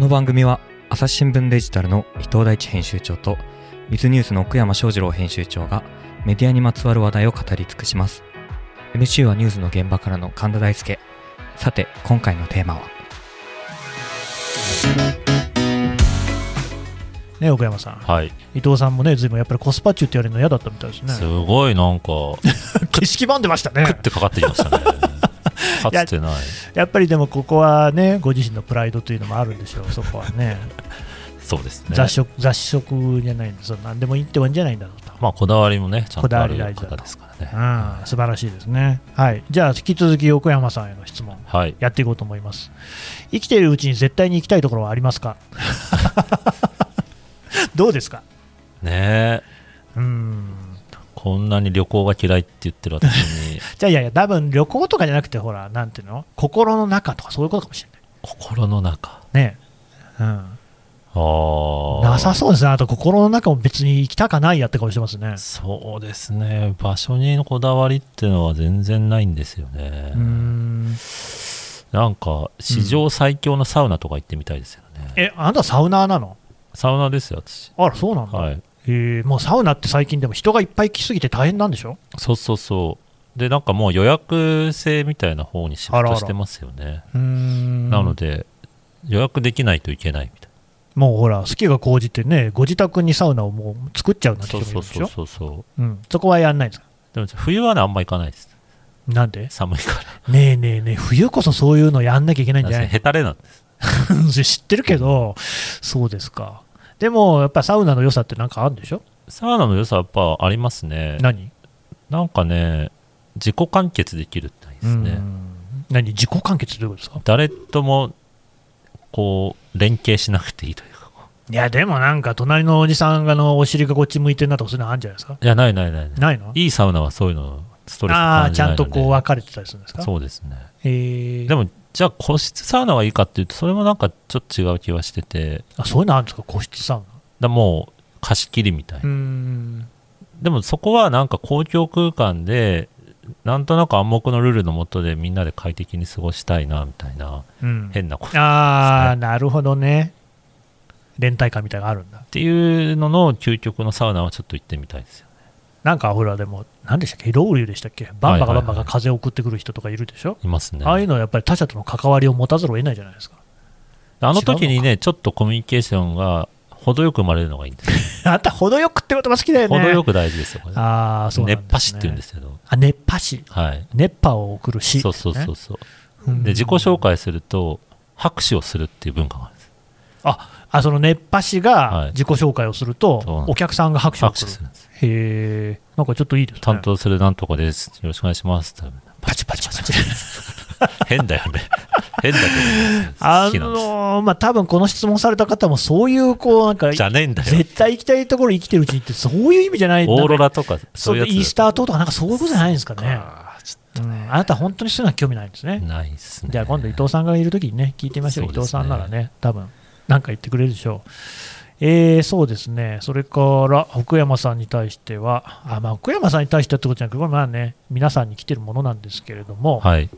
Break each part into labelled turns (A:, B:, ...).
A: の番組は朝日新聞デジタルの伊藤大地編集長とウィズニュースの奥山翔二郎編集長がメディアにまつわる話題を語り尽くします MC はニュースの現場からの神田大輔さて今回のテーマは
B: ね奥山さん
C: はい、
B: 伊藤さんもねずいぶんやっぱりコスパチュって言われるの嫌だったみたいですね
C: すごいなんか、
B: 景色ばんでましたね
C: 食ってかかってきました ね。かつてない。
B: やっぱりでもここはねご自身のプライドというのもあるんでしょうそこはね
C: そうですね。
B: 雑食雑食じゃないんです何でもいいってもいいんじゃないんだろうと
C: まあ、こだわりもね、ちゃん
B: こだ
C: と
B: わ
C: あ
B: り
C: る
B: 大事だと
C: 方ですからね。
B: うん素晴らしいですねはいじゃあ引き続き奥山さんへの質問
C: はい。
B: やっていこうと思います生きているうちに絶対に行きたいところはありますか どうですか
C: ねえ、
B: うん
C: こんなに旅行が嫌いって言ってる私 に、
B: じゃあいやいや多分旅行とかじゃなくてほらなんていうの心の中とかそういうことかもしれない
C: 心の中。
B: ねうん
C: ああ。
B: なさそうですね、あと心の中も別に行きたかないやって顔してますね。
C: そうですね。場所にのこだわりってのは全然ないんですよね。
B: うーん
C: なんか、史上最強のサウナとか行ってみたいですよね。
B: え、あなたサウナーなの
C: サウナですよ、私。
B: あら、そうなんだ。
C: はい。
B: えーもうサウナって最近でも人がいっぱい来すぎて大変なんでしょ
C: そうそうそう。で、なんかもう予約制みたいな方にシ
B: あ
C: フ
B: らあら
C: トしてますよね。
B: うーん
C: なので、予約できないといけないみたい
B: もうほら、好きが高じてね、ご自宅にサウナをもう作っちゃうな
C: な。
B: んて
C: そ
B: 人
C: う
B: もいるん
C: そう
B: でし
C: そ
B: ょ
C: うそうそ
B: う
C: う。
B: んそこはやんないんですか
C: でも冬はね、あんま行かないです。
B: なんで
C: 寒いから。
B: ねえねえねえ、冬こそそういうのやんなきゃいけないんじゃない
C: へたれなんです。
B: うん 知ってるけど、そうですか。でも、やっぱサウナの良さってなんかあるんでしょ
C: サウナの良さはやっぱありますね。
B: 何
C: なんかね、自己完結できるってのはいいです
B: う
C: ね。
B: ん何自己完結ということですか
C: 誰とも、こう、連携しなくていいというか。
B: いや、でもなんか、隣のおじさんがあのお尻がこっち向いてんなとか、そういうのあるんじゃないですか
C: いや、ないないないない。
B: ないの
C: いいサウナはそういうの、ストレス
B: ああー、
C: 感じ
B: ち
C: ない
B: ゃ
C: の
B: ん
C: で
B: とこう分かれてたりするんですか
C: そうですね。
B: えー、
C: でも、じゃあ個室サウナがいいかっていうと、それもなんかちょっと違う気はしてて、
B: あそういうのあるんですか個室サウナ。
C: だもう貸し切りみたいな
B: うーん。
C: でもそこはなんか公共空間でなんとなく暗黙のルールのもとでみんなで快適に過ごしたいなみたいな
B: うん、
C: 変なことっ
B: ああ、なるほどね。連帯感みたいなのがあるんだ。
C: ていうのの究極のサウナはちょっと行ってみたいですよね
B: なんかほら、でも、何でしたっけロウリュウでしたっけバンバカ
C: は
B: バ
C: いはいはい
B: ンバカ風を送ってくる人とかいるでしょ、
C: いますね
B: ああいうのはやっぱり他者との関わりを持たざるを得ないじゃないですか。
C: あの時にねちょっとコミュニケーションが程よく生まれるのがいいんですよ、
B: あなた、程よくって言葉好きだよね。
C: 程よく大事ですよこれ、
B: ああ、そうなんです、
C: 熱
B: ね。
C: 波師って言うんですけど
B: あ、熱波師。
C: はい
B: 熱波を送るし、
C: そうそうそうそう
B: うん
C: で自己紹介すると拍手をするっていう文化があるんです
B: あその熱波師
C: は
B: が
C: い
B: 自己紹介をすると、
C: そうなんです
B: お客さんが拍手を
C: 拍
B: す
C: 手
B: る
C: するんです
B: へえなんかちょっといいですね
C: 担当するなんとかですよろしくお願いしますって
B: パチパチパチ
C: 変だよ ね変だ
B: あ
C: けど、ね、好きなんです
B: のーまあ多分この質問された方もそういうこうなんか
C: じゃねえんだよ。
B: 絶対行きたいところ生きてるうちにってそういう意味じゃない
C: オーロ
B: なんか
C: ラとか、そうい
B: そ
C: う
B: うイー
C: や
B: ス
C: つ。
B: ター島とかなんかそういうことじゃないんですかね
C: あーち
B: うんあなた本当にそういうのは興味ないんです
C: ょっと
B: ね
C: ないっすね。
B: じゃあ今度伊藤さんがいるときにね聞いてみましょう
C: そう
B: 伊
C: ですね
B: 藤さんならね多分なんか言ってくれるでしょうえー、そうですねそれから奥山さんに対してはあ、まあ、奥山さんに対してってことじゃなくて、これまあね、皆さんに来てるものなんですけれども、
C: はい。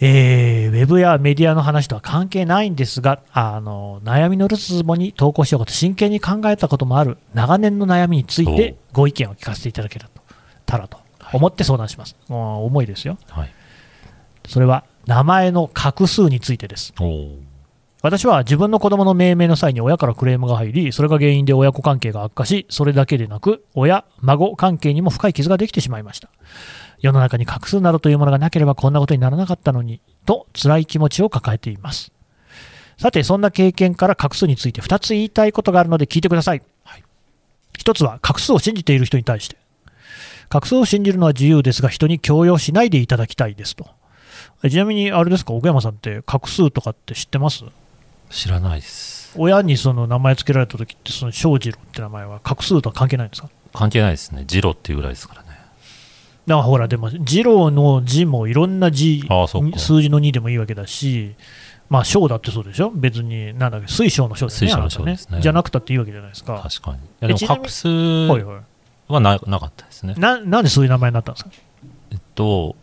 B: えーウェブやメディアの話とは関係ないんですが、あの悩みのるつぼに投稿しようかと真剣に考えたこともある長年の悩みについてご意見を聞かせていただけたらと思って相談します、もう重いですよ
C: はい。
B: それは名前の画数についてです
C: おー
B: 私は自分の子供の命名の際に親からクレームが入りそれが原因で親子関係が悪化しそれだけでなく親孫関係にも深い傷ができてしまいました世の中に画数などというものがなければこんなことにならなかったのにと辛い気持ちを抱えていますさてそんな経験から画数について2つ言いたいことがあるので聞いてください、1つは画数を信じている人に対して画数を信じるのは自由ですが人に強要しないでいただきたいですとえちなみにあれですか奥山さんって画数とかって知ってます
C: 知らないです。
B: 親にその名前つけられた時ってその翔二郎って名前は画数とは関係ないんですか
C: 関係ないですね。ジロっていうぐらいですからね。
B: だからほらでも二郎の字もいろんな字
C: ああそっか
B: 数字の2でもいいわけだしまあ翔だってそうでしょ別になんだっけ水晶の翔だよね
C: 水晶の
B: あなた
C: 翔ですね
B: じゃなくたっていいわけじゃないですか
C: 確かに。いやでも
B: ち、なみに
C: 画数
B: はいは
C: はななかったですね
B: い。ななんでそういう名前になったんですか
C: えっと、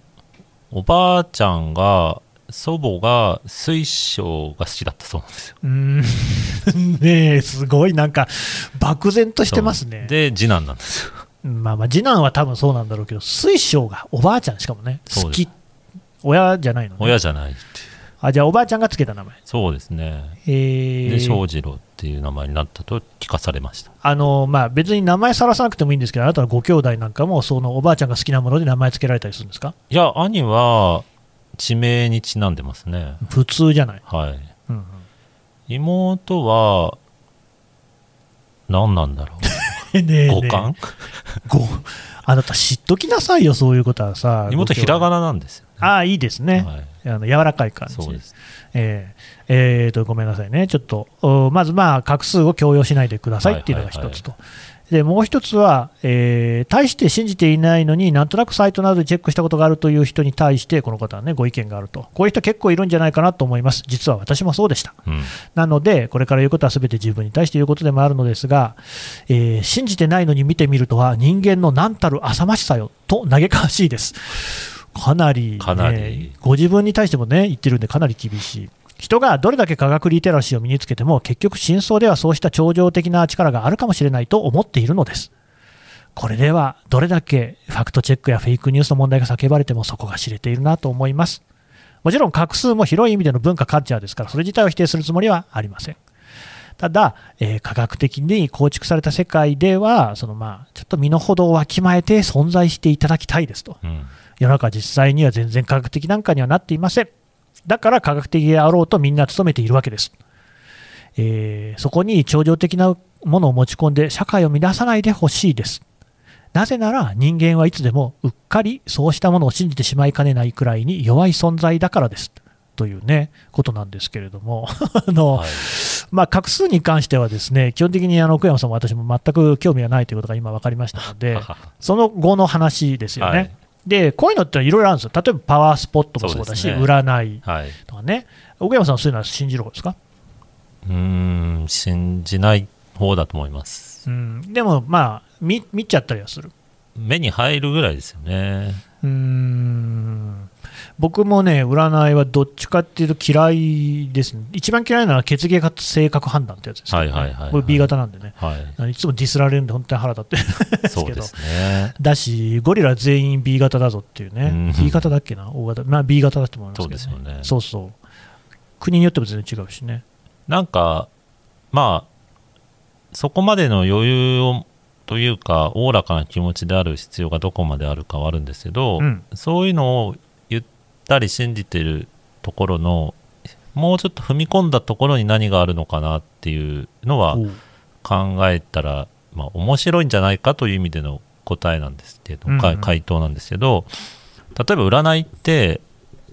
C: おばあちゃんが祖母が水晶が好きだったそうなんですよ。
B: うーん ねえ、すごいなんか、漠然としてますね。
C: で、次男なんですよ。
B: まあまあ、次男は多分そうなんだろうけど、水晶がおばあちゃんしかもね、
C: そ
B: 好
C: うです
B: き。親じゃないの、ね、
C: 親じゃないっていう。
B: あ、じゃあおばあちゃんがつけた名前。
C: そうですね。
B: えー
C: で、翔次郎っていう名前になったと聞かされました。
B: あのまあ、別に名前さらさなくてもいいんですけど、あなたのご兄弟なんかも、そのおばあちゃんが好きなもので名前つけられたりするんですか
C: いや、兄は地名にちなんでますね。
B: 普通じゃない、
C: はい。
B: うん うん
C: 妹は何なんだろ
B: え ねえ
C: う
B: ねえ
C: 五感
B: ごあなた、知っときなさいよ、そういうことはさ、
C: 妹ひらがななんですよ、
B: ああ、いいですね、
C: はい、
B: あの柔らかい感じ
C: そうです
B: えーえーとごめんなさいね、ちょっと、おまずまあ画数を強要しないでくださいっていうのが一つと、でもう一つは、えー大して信じていないのに、なんとなくサイトなどでチェックしたことがあるという人に対して、この方はね、ご意見があると、こういう人結構いるんじゃないかなと思います、実は私もそうでした。
C: うん
B: なので、これから言うことはすべて自分に対して言うことでもあるのですが、えー信じてないのに見てみるとは、人間の何たる浅ましさよと嘆かわしいです。かなり,、ね、
C: かなり
B: ご自分に対してもね、言ってるんで、かなり厳しい。人がどれだけ科学リテラシーを身につけても、結局、真相ではそうした超常的な力があるかもしれないと思っているのです。これでは、どれだけファクトチェックやフェイクニュースの問題が叫ばれても、そこが知れているなと思います。もちろん画数も広い意味での文化カルチャーですから、それ自体を否定するつもりはありません。ただ、えー科学的に構築された世界では、そのまあ、ちょっと身の程をわきまえて存在していただきたいですと。
C: うん
B: 世の中は実際には全然科学的なんかにはなっていません。だから科学的であろうとみんな努めているわけです。えーそこに超常的なものを持ち込んで社会を乱さないでほしいです。なぜなら人間はいつでもうっかりそうしたものを信じてしまいかねないくらいに弱い存在だからです。というね、ことなんですけれども、 あの、
C: はい
B: まあ、画数に関してはですね、基本的にあの、奥山さんも私も全く興味がないということが今分かりましたので、その後の話ですよね。
C: はい
B: で、こういうのっていろいろあるんですよ。例えばパワースポットもそうだし、
C: そうですね
B: 占い
C: はい、う
B: とかね。奥山さんはそういうのは信じる方ですか
C: ーん信じない方だと思います
B: うん。でも、まあ、見、見ちゃったりはする。
C: 目に入るぐらいですよね
B: うん。僕もね、占いはどっちかっていうと嫌いですね。一番嫌いなのは血芸か性格判断ってやつですね。
C: はいはいはいはい
B: これ B 型なんでね。
C: はい
B: いつもディスられるんで本当に腹立って
C: そうですね
B: だし、ゴリラ全員 B 型だぞっていうね、
C: うん
B: B 型だっけな、O 型、まあ、B 型だと思いますけど、
C: そうですよね
B: そうそう、国によっても全然違うしね、
C: なんかまあそこまでの余裕をというかおおらかな気持ちである必要がどこまであるかはあるんですけど、
B: うん、
C: そういうのを言ったり信じてるところのもうちょっと踏み込んだところに何があるのかなっていうのは
B: おう
C: 考えたら、まあ、面白いんじゃないかという意味での答えなんですけど、
B: うんうん
C: か回答なんですけど例えば占いって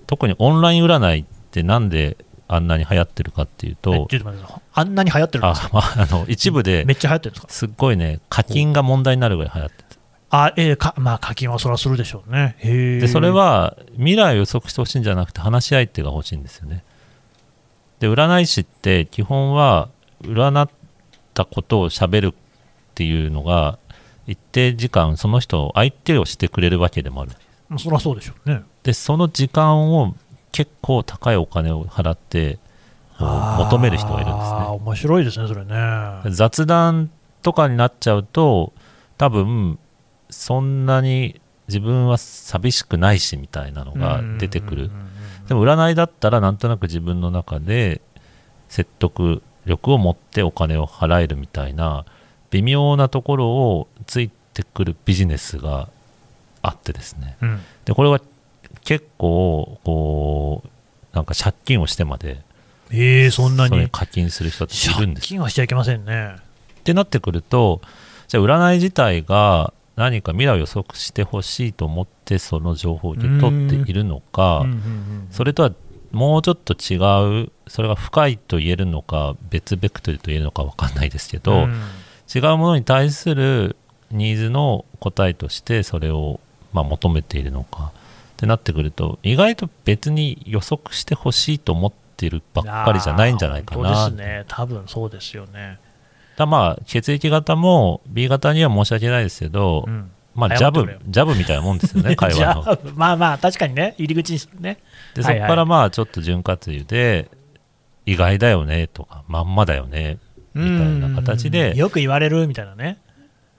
C: 特にオンライン占いってなんであんなに流行ってるかっていう
B: え
C: と
B: ちょっと待ってくださいあんなに流行ってるんです
C: あ、まあ、あの一部
B: か、
C: で
B: めっちゃ流行ってるんですか、
C: すっごいね課金が問題になるぐらい流行ってる
B: あえーかまあ、課金はそらするでしょうね、へー
C: でそれ、は未来を予測してほしいんじゃなくて話し相手が欲しいんですよねで占い師って基本は占ったことをしゃべるっていうのが一定時間その人を相手をしてくれるわけでもある
B: まあそらそうでしょうね、
C: でその時間を結構高いお金を払ってこう求める人がいるんですね
B: あー面白いですね、それね、
C: 雑談とかになっちゃうと多分そんなに自分は寂しくないしみたいなのが出てく
B: う
C: る
B: んうんうんうん
C: でも占いだったらなんとなく自分の中で説得力を持ってお金を払えるみたいな微妙なところをついてくるビジネスがあってですね
B: うん
C: でこれは結構こうなんか借金をしてまで
B: えー、そんな
C: それ
B: に
C: に、課金する人っているん
B: 借
C: です
B: 金はしちゃいけませんね、
C: ってなってくるとじゃあ占い自体が何か未来を予測してほしいと思ってその情報を受け取っているのか、
B: うんうんうん
C: それとはもうちょっと違うそれが深いと言えるのか別ベクトルと言えるのか分かんないですけど、
B: うん
C: 違うものに対するニーズの答えとしてそれをまあ求めているのかってなってくると意外と別に予測してほしいと思ってるばっかりじゃないんじゃないか
B: あー
C: な
B: 本当ですね、多分そうですよね。
C: だまあ血液型も B 型には申し訳ないですけど、
B: うん
C: まあ、ジ
B: 謝
C: ャ
B: ってく
C: ブ
B: れよ
C: ジャブみたいなもんですよ ね会
B: じ
C: 話
B: ゃ
C: の
B: あまあまあ、確かにね、入り口にするね。
C: でそ
B: はい
C: こ
B: はい
C: からまあちょっと潤滑油で意外だよねとかまんまだよねみたいな形で
B: うんよく言われるみたいなね。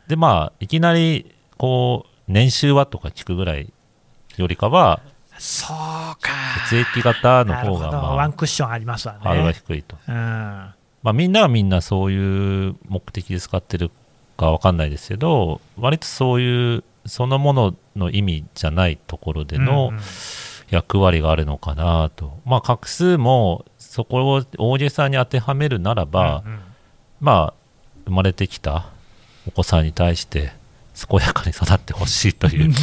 C: でまあいきなりこう年収はとか聞くぐらいよりかは
B: そうか。
C: 血液型の
B: なる
C: 方
B: ほど、
C: が
B: ワ
C: ま
B: ンクッションありますわ
C: あハードルが
B: ね。
C: 低いと、
B: うん
C: まあ、みんながみんなそういう目的で使ってるかわかんないですけど割とそういうそのものの意味じゃないところでの
B: うんうん
C: 役割があるのかなと、まあ画数もそこを大げさに当てはめるならば、
B: うんうん
C: まあ、生まれてきたお子さんに対して、健やかに育ってほしい という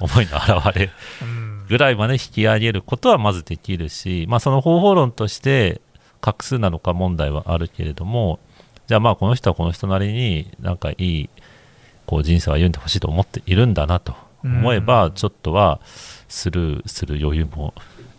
C: 思いの表れ
B: うん
C: ぐらいまで引き上げることはまずできるし、まあ、その方法論として、画数なのか問題はあるけれども、じゃあまあ、この人はこの人なりに、なんかいい、こう人生を歩んでほしいと思っているんだなと思えば、ちょっとはスルーする余裕も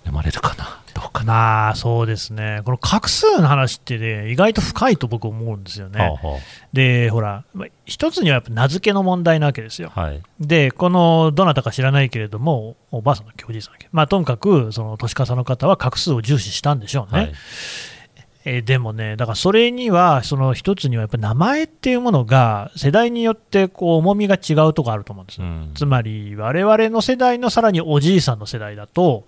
C: 生まれるかな、どうかな。
B: まあそうですね、この画数の話ってね、意外と深いと僕思うんですよ
C: はあ
B: ね。で、ほら、まあ一つにはやっぱ名付けの問題なわけですよ。
C: はあはい。
B: で、このどなたか知らないけれども、おばあさんの教授さんだっけ、まあ、とにかくその年重の方は画数を重視したんでしょうね。
C: はい。
B: えーでもね、だからそれには、その一つにはやっぱ名前っていうものが、世代によってこう重みが違うとこあると思うんです
C: う
B: よ。
C: ん
B: つまり、我々の世代のさらにおじいさんの世代だと、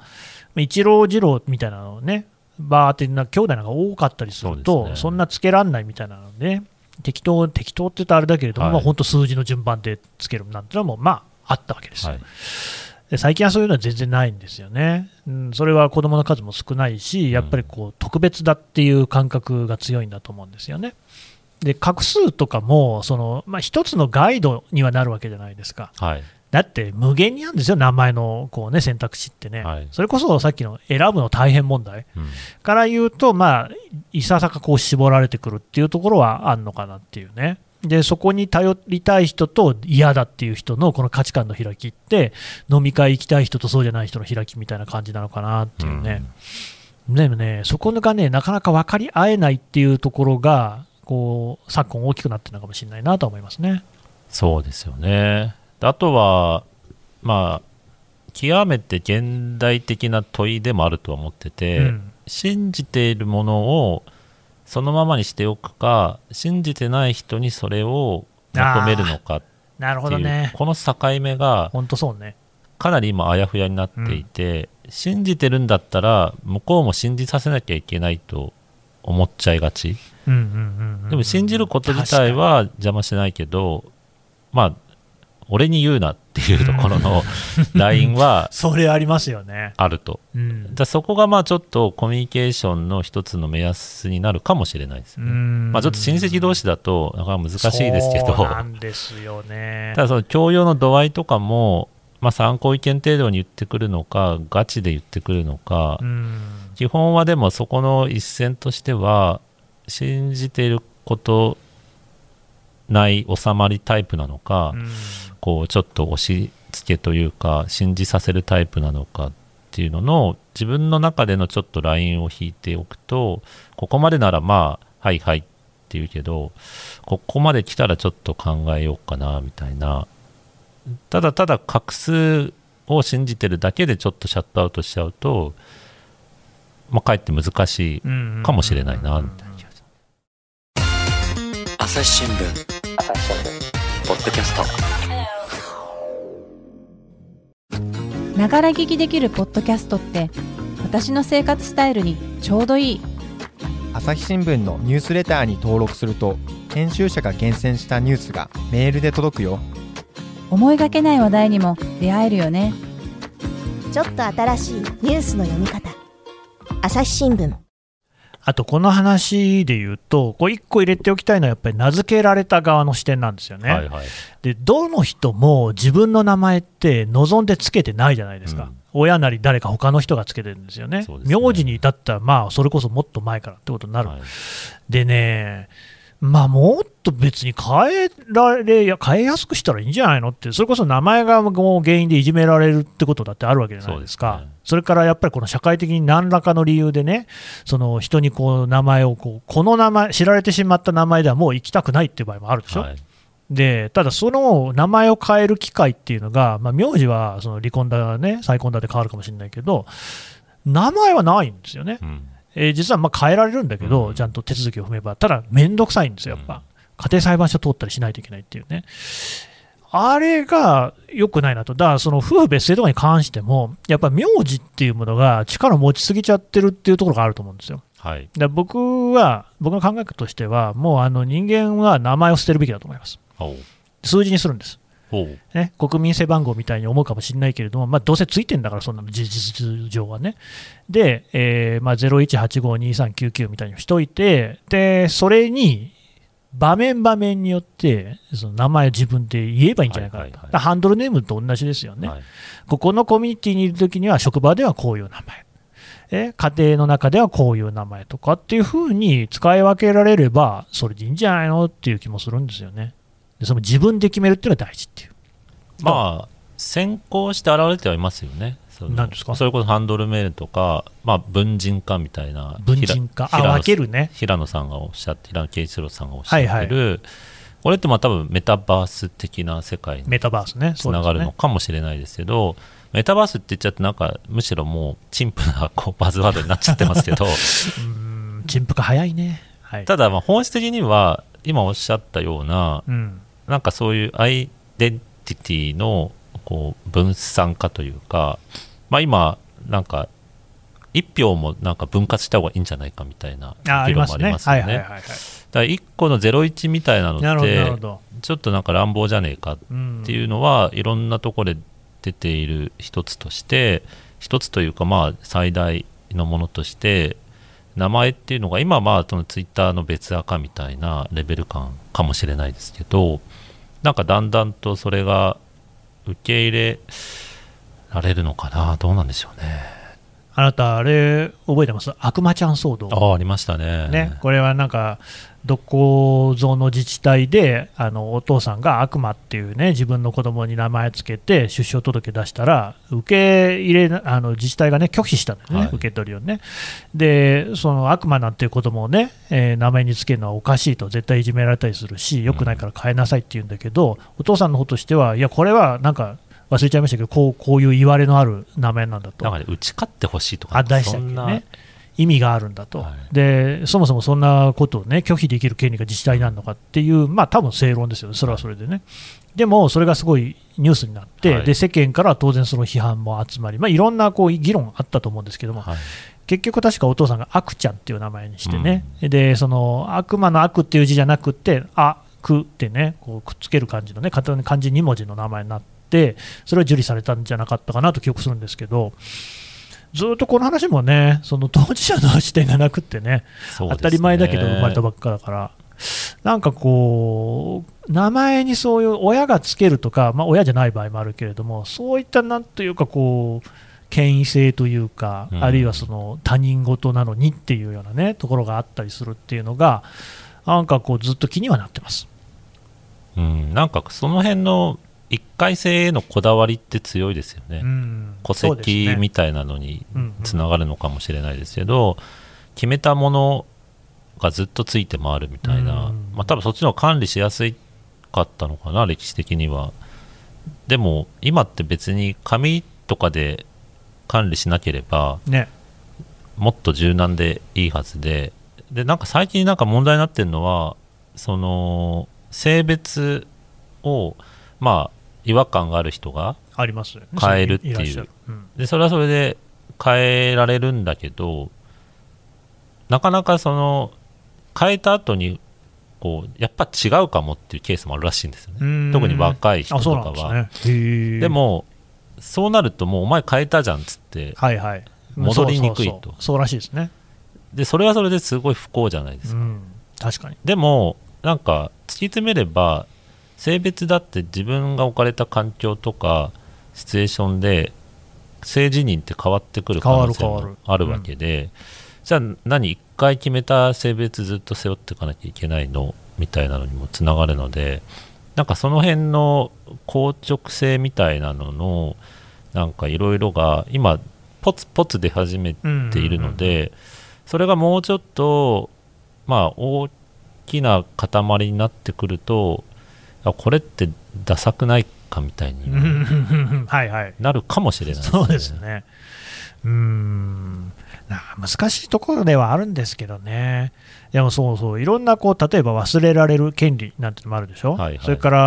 B: 一郎二郎みたいなのをね、バーってな兄弟なんか多かったりする
C: そう
B: と、
C: です
B: そ,、
C: ね
B: んなつけらんないみたいなので、適当、適当って言ったらあれだけれども、
C: はい
B: まあ本当数字の順番でつけるなんてのも、まあ、あったわけですよ。
C: はい
B: で最近はそういうのは全然ないんですよね、うん、それは子どもの数も少ないし、やっぱりこう特別だっていう感覚が強いんだと思うんですよね。で画数とかもその、まあ、一つのガイドにはなるわけじゃないですか、
C: はい。
B: だって無限にあるんですよ、名前のこう、ね、選択肢ってね、
C: はい
B: それこそさっきの選ぶの大変問題
C: うん
B: から言うと、まあ、いささかこう絞られてくるっていうところはあるのかなっていうね。でそこに頼りたい人と嫌だっていう人のこの価値観の開きって飲み会行きたい人とそうじゃない人の開きみたいな感じなのかなっていうね、でもねそこがねなかなか分かり合えないっていうところがこう昨今大きくなってるのかもしれないなと思いますね。
C: そうですよね。であとは、まあ、極めて現代的な問いでもあるとは思ってて、
B: うん
C: 信じているものをそのままにしておくか、信じてない人にそれを求めるのかって
B: なるほ
C: い
B: ど
C: う、
B: ね
C: この境目が
B: 本当そうね。
C: かなり今、あやふやになっていて、信じてるんだったら、向こうも信じさせなきゃいけないと思っちゃいがち。
B: うんうんうんうん
C: でも信じること自体は邪魔しないけど、まあ、俺に言うなっていうとこ ろのラインは
B: それありますよね。
C: あると。
B: うん
C: だそこがまあちょっとコミュニケーションの一つの目安になるかもしれないですね。ま
B: ま
C: あ、ちょっと親戚同士だとなかなか難しいですけど、
B: そうなんですよね
C: た。だその教養の度合いとかも、まあ、参考意見程度に言ってくるのか、ガチで言ってくるのか
B: う、ん
C: 基本はでもそこの一線としては信じていることない収まりタイプなのか、
B: うん
C: こうちょっと押し付けというか信じさせるタイプなのかっていうのの自分の中でのちょっとラインを引いておくとここまでならまあはいはいっていうけどここまで来たらちょっと考えようかなみたいなただただ画数を信じてるだけでちょっとシャットアウトしちゃうと、まあ、かえって難し
B: うんうんうん
C: いかもしれないなみたいな気がします
D: 朝日新聞ポッドキャスト
E: ながら聞きできるポッドキャストって私の生活スタイルにちょうどいい
F: 朝日新聞のニュースレターに登録すると編集者が厳選したニュースがメールで届くよ
E: 思いがけない話題にも出会えるよね
G: ちょっと新しいニュースの読み方朝日新聞
B: あとこの話で言うと、こう一個入れておきたいのはやっぱり名付けられた側の視点なんですよね。
C: はいはい
B: でどの人も自分の名前って望んでつけてないじゃないですか、
C: うん
B: 親なり誰か他の人がつけてるんですよね
C: そうですね
B: 名字に至ったらまあそれこそもっと前からってことになる、
C: はい
B: でねまあもっと別に変えられや変えやすくしたらいいんじゃないのってそれこそ名前がもう原因でいじめられるってことだってあるわけじゃないですか
C: そ
B: そう
C: ですね
B: れからやっぱりこの社会的に何らかの理由でねその人にこう名前をこうこの名前知られてしまった名前ではもう行きたくないっていう場合もあるでしょ、
C: はい
B: でただ、その名前を変える機会っていうのが、まあ、名字はその離婚だね、再婚だって変わるかもしれないけど、名前はないんですよね、
C: うん
B: えー実はまあ変えられるんだけど、
C: うん
B: ちゃんと手続きを踏めば、ただ、面倒くさいんですよ、やっ
C: うん
B: ぱ、家庭裁判所通ったりしないといけないっていうね、あれが良くないなと、だからその夫婦別姓とかに関しても、やっぱ名字っていうものが力を持ちすぎちゃってるっていうところがあると思うんですよ。
C: はい
B: だから僕は、僕の考え方としては、もうあの人間は名前を捨てるべきだと思います。
C: おう
B: 数字にするんです。
C: おう
B: ね、国民性番号みたいに思うかもしれないけれども、まあ、どうせついてんだから、そんなの事実上はね。で、えーまあ、01852399みたいにしといて、でそれに場面場面によって、その名前を自分で言えばいいんじゃないかなと、
C: はいはいはい
B: だからハンドルネームと同じですよね、
C: はい
B: ここのコミュニティにいるときには、職場ではこういう名前。え家庭の中ではこういう名前とかっていうふうに使い分けられれば、それでいいんじゃないのっていう気もするんですよね。でその自分で決めるっていうのは大事っていう。
C: まあ先行して現れてはいますよねその
B: 何ですか
C: それこそハンドルメールとか、まあ、文人化みたいな
B: 文人化、
C: 平
B: あ
C: 野
B: 分けるね、
C: 平野さんがおっしゃって平野啓一郎さんがおっしゃってる、
B: はい
C: これってまあ多分メタバース的な世界に
B: メタバースね、
C: つ
B: そうで
C: な
B: す
C: がるの
B: ね
C: かもしれないですけどメタバースって言っちゃってなんかむしろもう陳腐なこうバズワードになっちゃってますけ ど
B: うん陳腐化早いね、はい
C: ただまあ本質的には今おっしゃったような
B: うん、
C: なんかそういうアイデンティティのこう分散化というか、まあ、今なんか一票もなんか分割した方がいいんじゃないかみたいな
B: ああ
C: 議
B: りま
C: 論もあ
B: す
C: り
B: ね、
C: ますよ
B: はいはい
C: ね。
B: はい、
C: だから1個の01みたいなの
B: なるほど、なる
C: っ
B: ほ
C: て
B: ど、
C: ちょっとなんか乱暴じゃねえかっ
B: うん、
C: ていうのは、いろんなところで出ている一つとして一つというかまあ最大のものとして名前っていうのが今まあそのツイッターの別垢みたいなレベル感かもしれないですけどなんかだんだんとそれが受け入れられるのかなどうなんでしょうね
B: あなた、あれ、覚えてます、悪魔ちゃん騒動、
C: ああありましたね
B: ね、これはなんか、どこぞの自治体であのお父さんが悪魔っていうね、自分の子供に名前つけて、出生届出したら、受け入れなあの自治体が、ね、拒否したんだよね、
C: はい
B: 受け取りをね。で、その悪魔なんていう子供をね、えー名前につけるのはおかしいと、絶対いじめられたりするし、良くないから変えなさいって言うんだけど、お父さんの方としては、いや、これはなんか忘れちゃいましたけど、こうこういう言われのある名前なんだと
C: なん。かね打ち勝ってほしいとか
B: あ出したっ
C: そ
B: け
C: んな
B: ね、意味があるんだと、
C: は
B: で、そもそもそんなことを、ね、拒否できる権利が自治体になるのかっていう、まあ多分正論ですよね、それはそれでね。でも、それがすごいニュースになって、
C: はい
B: で世間からは当然その批判も集まり、まあ、いろんなこう議論あったと思うんですけども、
C: はい
B: 結局、確かお父さんが悪ちゃんっていう名前にしてね、でその悪魔の悪っていう字じゃなくて、悪ってね、こうくっつける感じのね、片漢字2文字の名前になって、それを受理されたんじゃなかったかなと記憶するんですけど、ずっとこの話もね、その当事者の視点がなくってね、
C: そうで
B: 当
C: すね
B: たり前だけど生まれたばっかだから、なんかこう、名前にそういう親がつけるとか、まあ、親じゃない場合もあるけれども、そういったなんというかこう、権威性というか、
C: うん
B: あるいはその他人事なのにっていうようなね、ところがあったりするっていうのが、なんかこう、ずっと気にはなってます。
C: うん、なんかその辺の一回性へのこだわりって強いですよね、
B: うん
C: 戸
B: そうです
C: 籍
B: ね
C: みたいなのに
B: うんうん
C: つながるのかもしれないですけど、決めたものがずっとついて回るみたいな、
B: うん
C: まあ、多分そっちの方が管理しやすかったのかな歴史的にはでも今って別に紙とかで管理しなければ
B: ね、
C: もっと柔軟でいいはずででなんか最近なんか問題になってるのはその性別をまあ違和感がある人が
B: ありますよね。
C: 変えるっていう
B: らしゃるうん
C: でそれはそれで変えられるんだけどなかなかその変えた後にこうやっぱ違うかもっていうケースもあるらしいんですよね
B: うん
C: 特に若い人
B: あ
C: と
B: そう
C: か
B: なんです
C: は
B: ねへー
C: でもそうなるともうお前変えたじゃんっつって
B: はいはい、
C: 戻りにくい
B: そ
C: と
B: うそうそうそうらしいですね、
C: でそれはそれですごい不幸じゃないですか
B: うん、確かに、
C: でもなんか突き詰めれば性別だって自分が置かれた環境とかシチュエーションで性自認って変わってくる可能性
B: 変わる変わ
C: も
B: る
C: あるわけで、じゃあ何一回決めた性別ずっと背負っていかなきゃいけないのみたいなのにもつながるのでなんかその辺の硬直性みたいなののなんかいろいろが今ポツポツ出始めてっているので、それがもうちょっと、まあ、大きな塊になってくると、やあこれってダサくないかみたい
B: うんうん
C: に
B: うん うんはいはい。
C: なるかもしれない
B: そうですね。うーん。な難しいところではあるんですけどね。でもそうそう、いろんなこう、例えば忘れられる権利なんてのもあるでしょ。
C: はいはい
B: それから、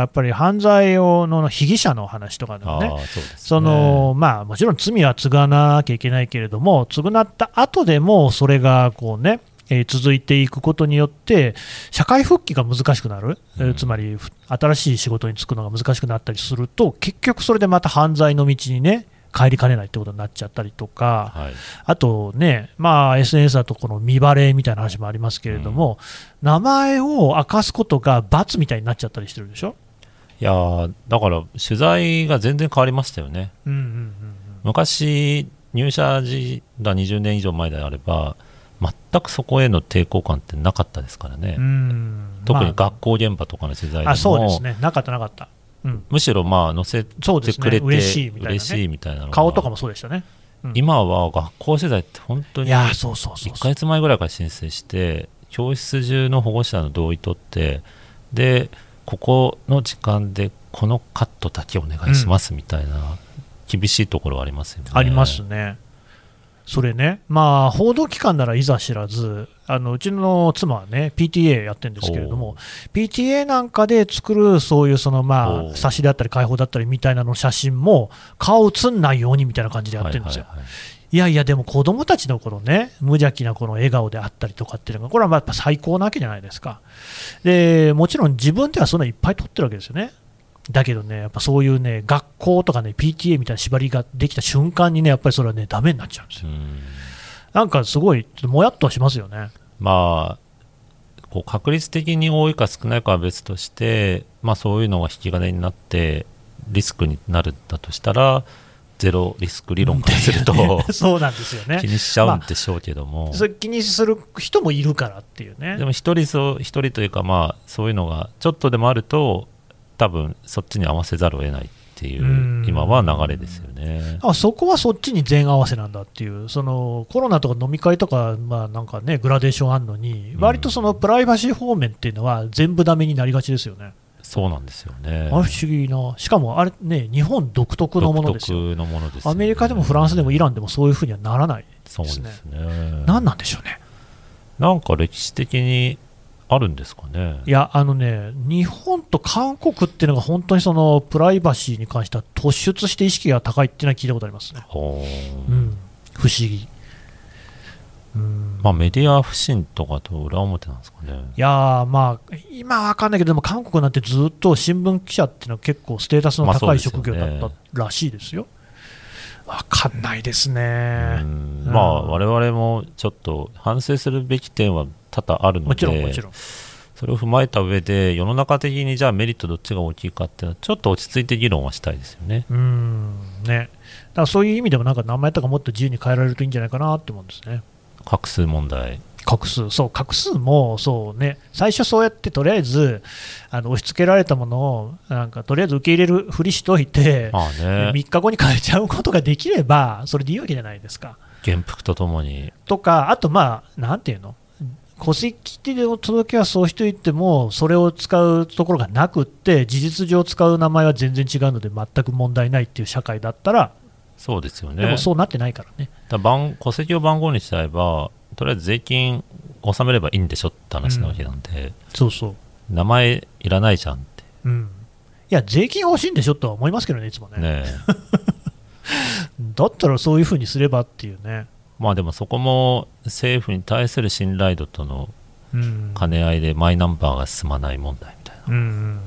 B: やっぱり犯罪をの被疑者の話とかで
C: あ
B: も
C: あ
B: ね。
C: そうですね
B: そのまあ、もちろん罪は償わなきゃいけないけれども、償った後でもそれがこう、ねえー続いていくことによって、社会復帰が難しくなる、えー
C: うん
B: つまりふ新しい仕事に就くのが難しくなったりすると、結局それでまた犯罪の道にね、帰りかねないってことになっちゃったりとか、
C: はい
B: あとね、まあ、SNS だとこの見バレみたいな話もありますけれども、名前を明かすことが罰みたいになっちゃったりしてるでしょ。
C: いやーだから取材が全然変わりましたよね
B: うんうんうん
C: 昔入社時が20年以上前であれば全くそこへの抵抗感ってなかったですからね、
B: うん
C: 特
B: まあ
C: に学校現場とかの取材でも
B: あそうですね、なかったなかった、うん、
C: むしろまあ載せて
B: そうです
C: く
B: ね、
C: れて
B: 嬉しいみたいな、ね、
C: 嬉しいみたいなのが
B: 顔とかもそうでしたね、
C: 今は学校取材って本当
B: い
C: に
B: やー、
C: 1
B: そうそうそう
C: ヶ月前ぐらいから申請して教室中の保護者の同意取ってでここの時間でこのカットだけお願いしますみたいな厳しいところはありますよね、
B: ありますね、それね、まあ、報道機関ならいざ知らず、あのうちの妻はね、PTA やってるんですけれども、PTA なんかで作るそういうその、ま
C: お
B: あ、
C: う
B: 差しであったり、解放だったりみたいなのの写真も、顔写んないようにみたいな感じでやってるんですよ。
C: はいはいはい
B: いやいや、でも子供たちの頃ね、無邪気なこの笑顔であったりとかっていうのが、これはまあやっぱ最高なわけじゃないですか。で、もちろん自分ではそんないっぱい撮ってるわけですよね。だけどね、やっぱそういうね、学校とかね、PTA みたいな縛りができた瞬間にね、やっぱりそれはね、ダメになっちゃうんですよ。
C: うん
B: なんかすごい、ちょっともやっとはしますよね。
C: まあこう確率的に多いか少ないかは別として、まあ、そういうのが引き金になってリスクになるんだとしたらゼロリスク理論からすると
B: そうなんですよね
C: 気。にしちゃうんでしょうけども、
B: それ気にする人もいるからっていうね
C: で。も一人そう一人というかまあそういうのがちょっとでもあると多分そっちに合わせざるを得ないっていう
B: うん
C: 今は流れですよね。
B: あそこはそっちに全合わせなんだっていう、そのコロナとか飲み会とか、まあ、なんかね、グラデーションあるのに、
C: うん
B: 割とそのプライバシー方面っていうのは、全部ダメになりがちですよね、
C: そうなんですよ
B: あ
C: ね
B: れ。不思議な、しかもあれね、日本独特のものですよ、
C: 独特のものですよね
B: アメリカでもフランスでもイランでもそういうふうにはならない、
C: そうですね。
B: なんなんでしょうね、
C: なんか歴史的にあるんですかね。
B: いや、あのね、日本と韓国っていうのが本当にそのプライバシーに関しては突出して意識が高いっていうのは聞いたことありますね、
C: ほ
B: う
C: ー
B: ん、不思議。うん
C: まあメディア不信とかと裏表なんですかね。
B: いやー、まあ、今は分かんないけど、でも韓国なんてずっと新聞記者っていうのは結構ステータスの
C: まあ
B: 高い
C: そう
B: 職
C: です
B: 業
C: よね
B: だったらしいですよ。分かんないです
C: う
B: ね。
C: ん
B: うん
C: まあ我々もちょっと反省するべき点は多々ある
B: も
C: ので
B: ちろん、もちろん。
C: それを踏まえた上で世の中的にじゃあメリットどっちが大きいかっていうのはちょっと落ち着いて議論はしたいですよね。
B: うん、ね。だからそういう意味でも、なんか名前とかもっと自由に変えられるといいんじゃないかなって思うんですね。
C: 画数問題
B: 画数、そう、画数も、そうね、最初そうやってとりあえず、あの押し付けられたものを、なんかとりあえず受け入れるふりしといて、
C: まあ
B: 3
C: ね
B: 日後に変えちゃうことができれば、それでいいわけじゃないですか。
C: 原服とともに
B: とか、あとまあ、なんていうの、戸籍の届けはそうしておいても、それを使うところがなくって、事実上使う名前は全然違うので、全く問題ないっていう社会だったら、
C: そうですよ
B: で
C: ね
B: もそうなってないからね。
C: だ番戸籍を番号にしちゃえばとりあえず税金納めればいいんでしょって話なわけなんで、
B: そうそ
C: 名前いらないじゃんって
B: う。うん。いや、税金欲しいんでしょとは思いますけどね、いつもね。
C: ね
B: だったらそういうふうにすればっていうね。
C: まあでもそこも政府に対する信頼度との
B: うん。
C: 兼ね合いでマイナンバーが進まない問題みたいな
B: うんうんうん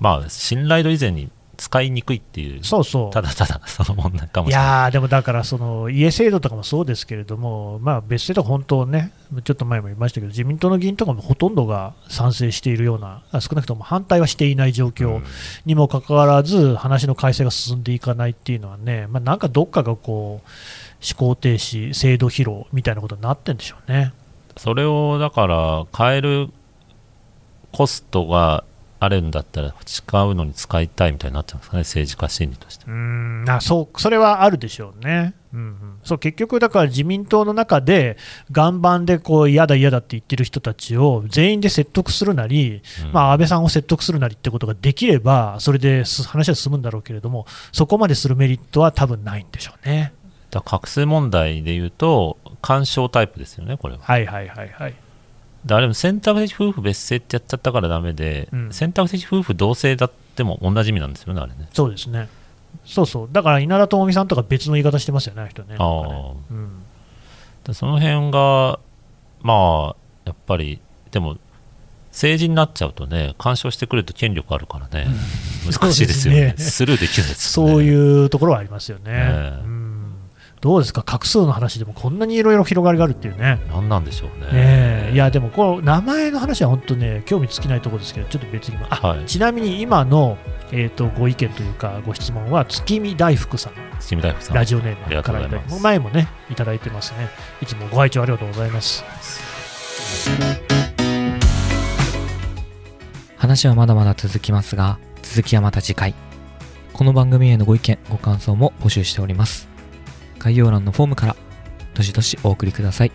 C: まあ信頼度以前に使いにくいっていう
B: そうそう。
C: ただただその問題かも
B: い
C: しれない
B: やーでもだからその家制度とかもそうですけれども、まあ、別制度、本当ね、ちょっと前も言いましたけど、自民党の議員とかもほとんどが賛成しているような、あ少なくとも反対はしていない状況にもかかわらず、話の改正が進んでいかないっていうのはね、まあ、なんかどっかがこう思考停止、制度疲労みたいなことになってんでしょうね。
C: それをだから変えるコストがあるんだったら誓うのに使いたいみたいになっちゃうんですかね政治家心理として
B: うーんあそうそれはあるでしょうね、うんうん、そう結局、だから自民党の中で岩盤でこう嫌だ、嫌だって言ってる人たちを全員で説得するなり、
C: うん
B: まあ、安倍さんを説得するなりってことができればそれです話は進むんだろうけれどもそこまでするメリットは多分ないんでしょうね。
C: だから画数問題で言うと干渉タイプですよねこれは
B: はいはいはいはい、
C: であれも選択的夫婦別姓ってやっちゃったからダメで、
B: うん
C: 選択的夫婦同姓だっても同じ意味なんですよねあれね
B: そうですね。そうそうだから稲田朋美さんとか別の言い方してますよね、あの人ね。
C: ああ
B: なんかねうん、
C: でその辺がまあやっぱりでも政治になっちゃうとね干渉してくると権力あるからね、難しいですよね
B: そうですね
C: スルーできるんですよね
B: そういうところはありますよね。
C: ええ
B: うんどうですか、画数の話でもこんなにいろいろ広がりがあるっていうね。
C: 何なんでしょうね
B: ねえいやでもこの名前の話は本当ね興味尽きないところですけどちょっと別にあ
C: はい
B: ちなみに今の、えー、とご意見というかご質問は月見大福さん
C: 七味大福さん
B: ラジオネ
C: あ
B: ー
C: り
B: ム
C: が
B: か
C: とう
B: ら
C: ござ
B: いただ
C: いま
B: いて
C: す
B: 前もねいただいてますねいつもご拝聴ありがとうございます
A: 話はまだまだ続きますが続きはまた次回この番組へのご意見ご感想も募集しております概要欄のフォームからどしどしお送りください